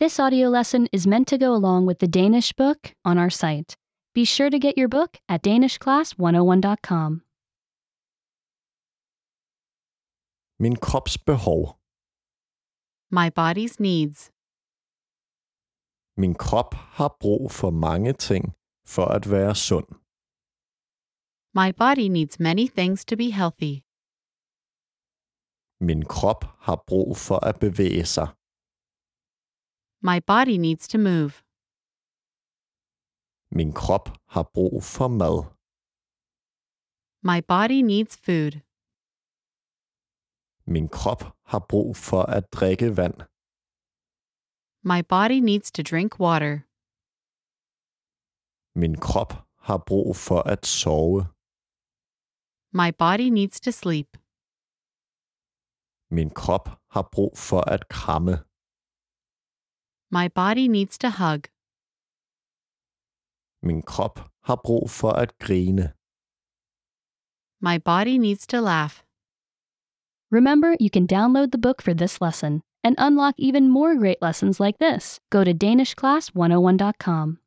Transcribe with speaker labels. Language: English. Speaker 1: This audio lesson is meant to go along with the Danish book on our site. Be sure to get your book at danishclass101.com.
Speaker 2: Min krops behov.
Speaker 3: My body's needs.
Speaker 2: Min krop har brug for mange ting for at være sund.
Speaker 3: My body needs many things to be healthy.
Speaker 2: Min krop har brug for at bevæge sig.
Speaker 3: My body needs to move.
Speaker 2: Min krop har brug for mad.
Speaker 3: My body needs food.
Speaker 2: Min krop har brug for at drikke vand.
Speaker 3: My body needs to drink water.
Speaker 2: Min krop har brug for at sove.
Speaker 3: My body needs to sleep.
Speaker 2: Min krop har brug for at kramme.
Speaker 3: My body needs to hug.
Speaker 2: Min krop har brug for at grine.
Speaker 3: My body needs to laugh.
Speaker 1: Remember, you can download the book for this oh lesson and unlock even more great lessons like this. Go to danishclass101.com.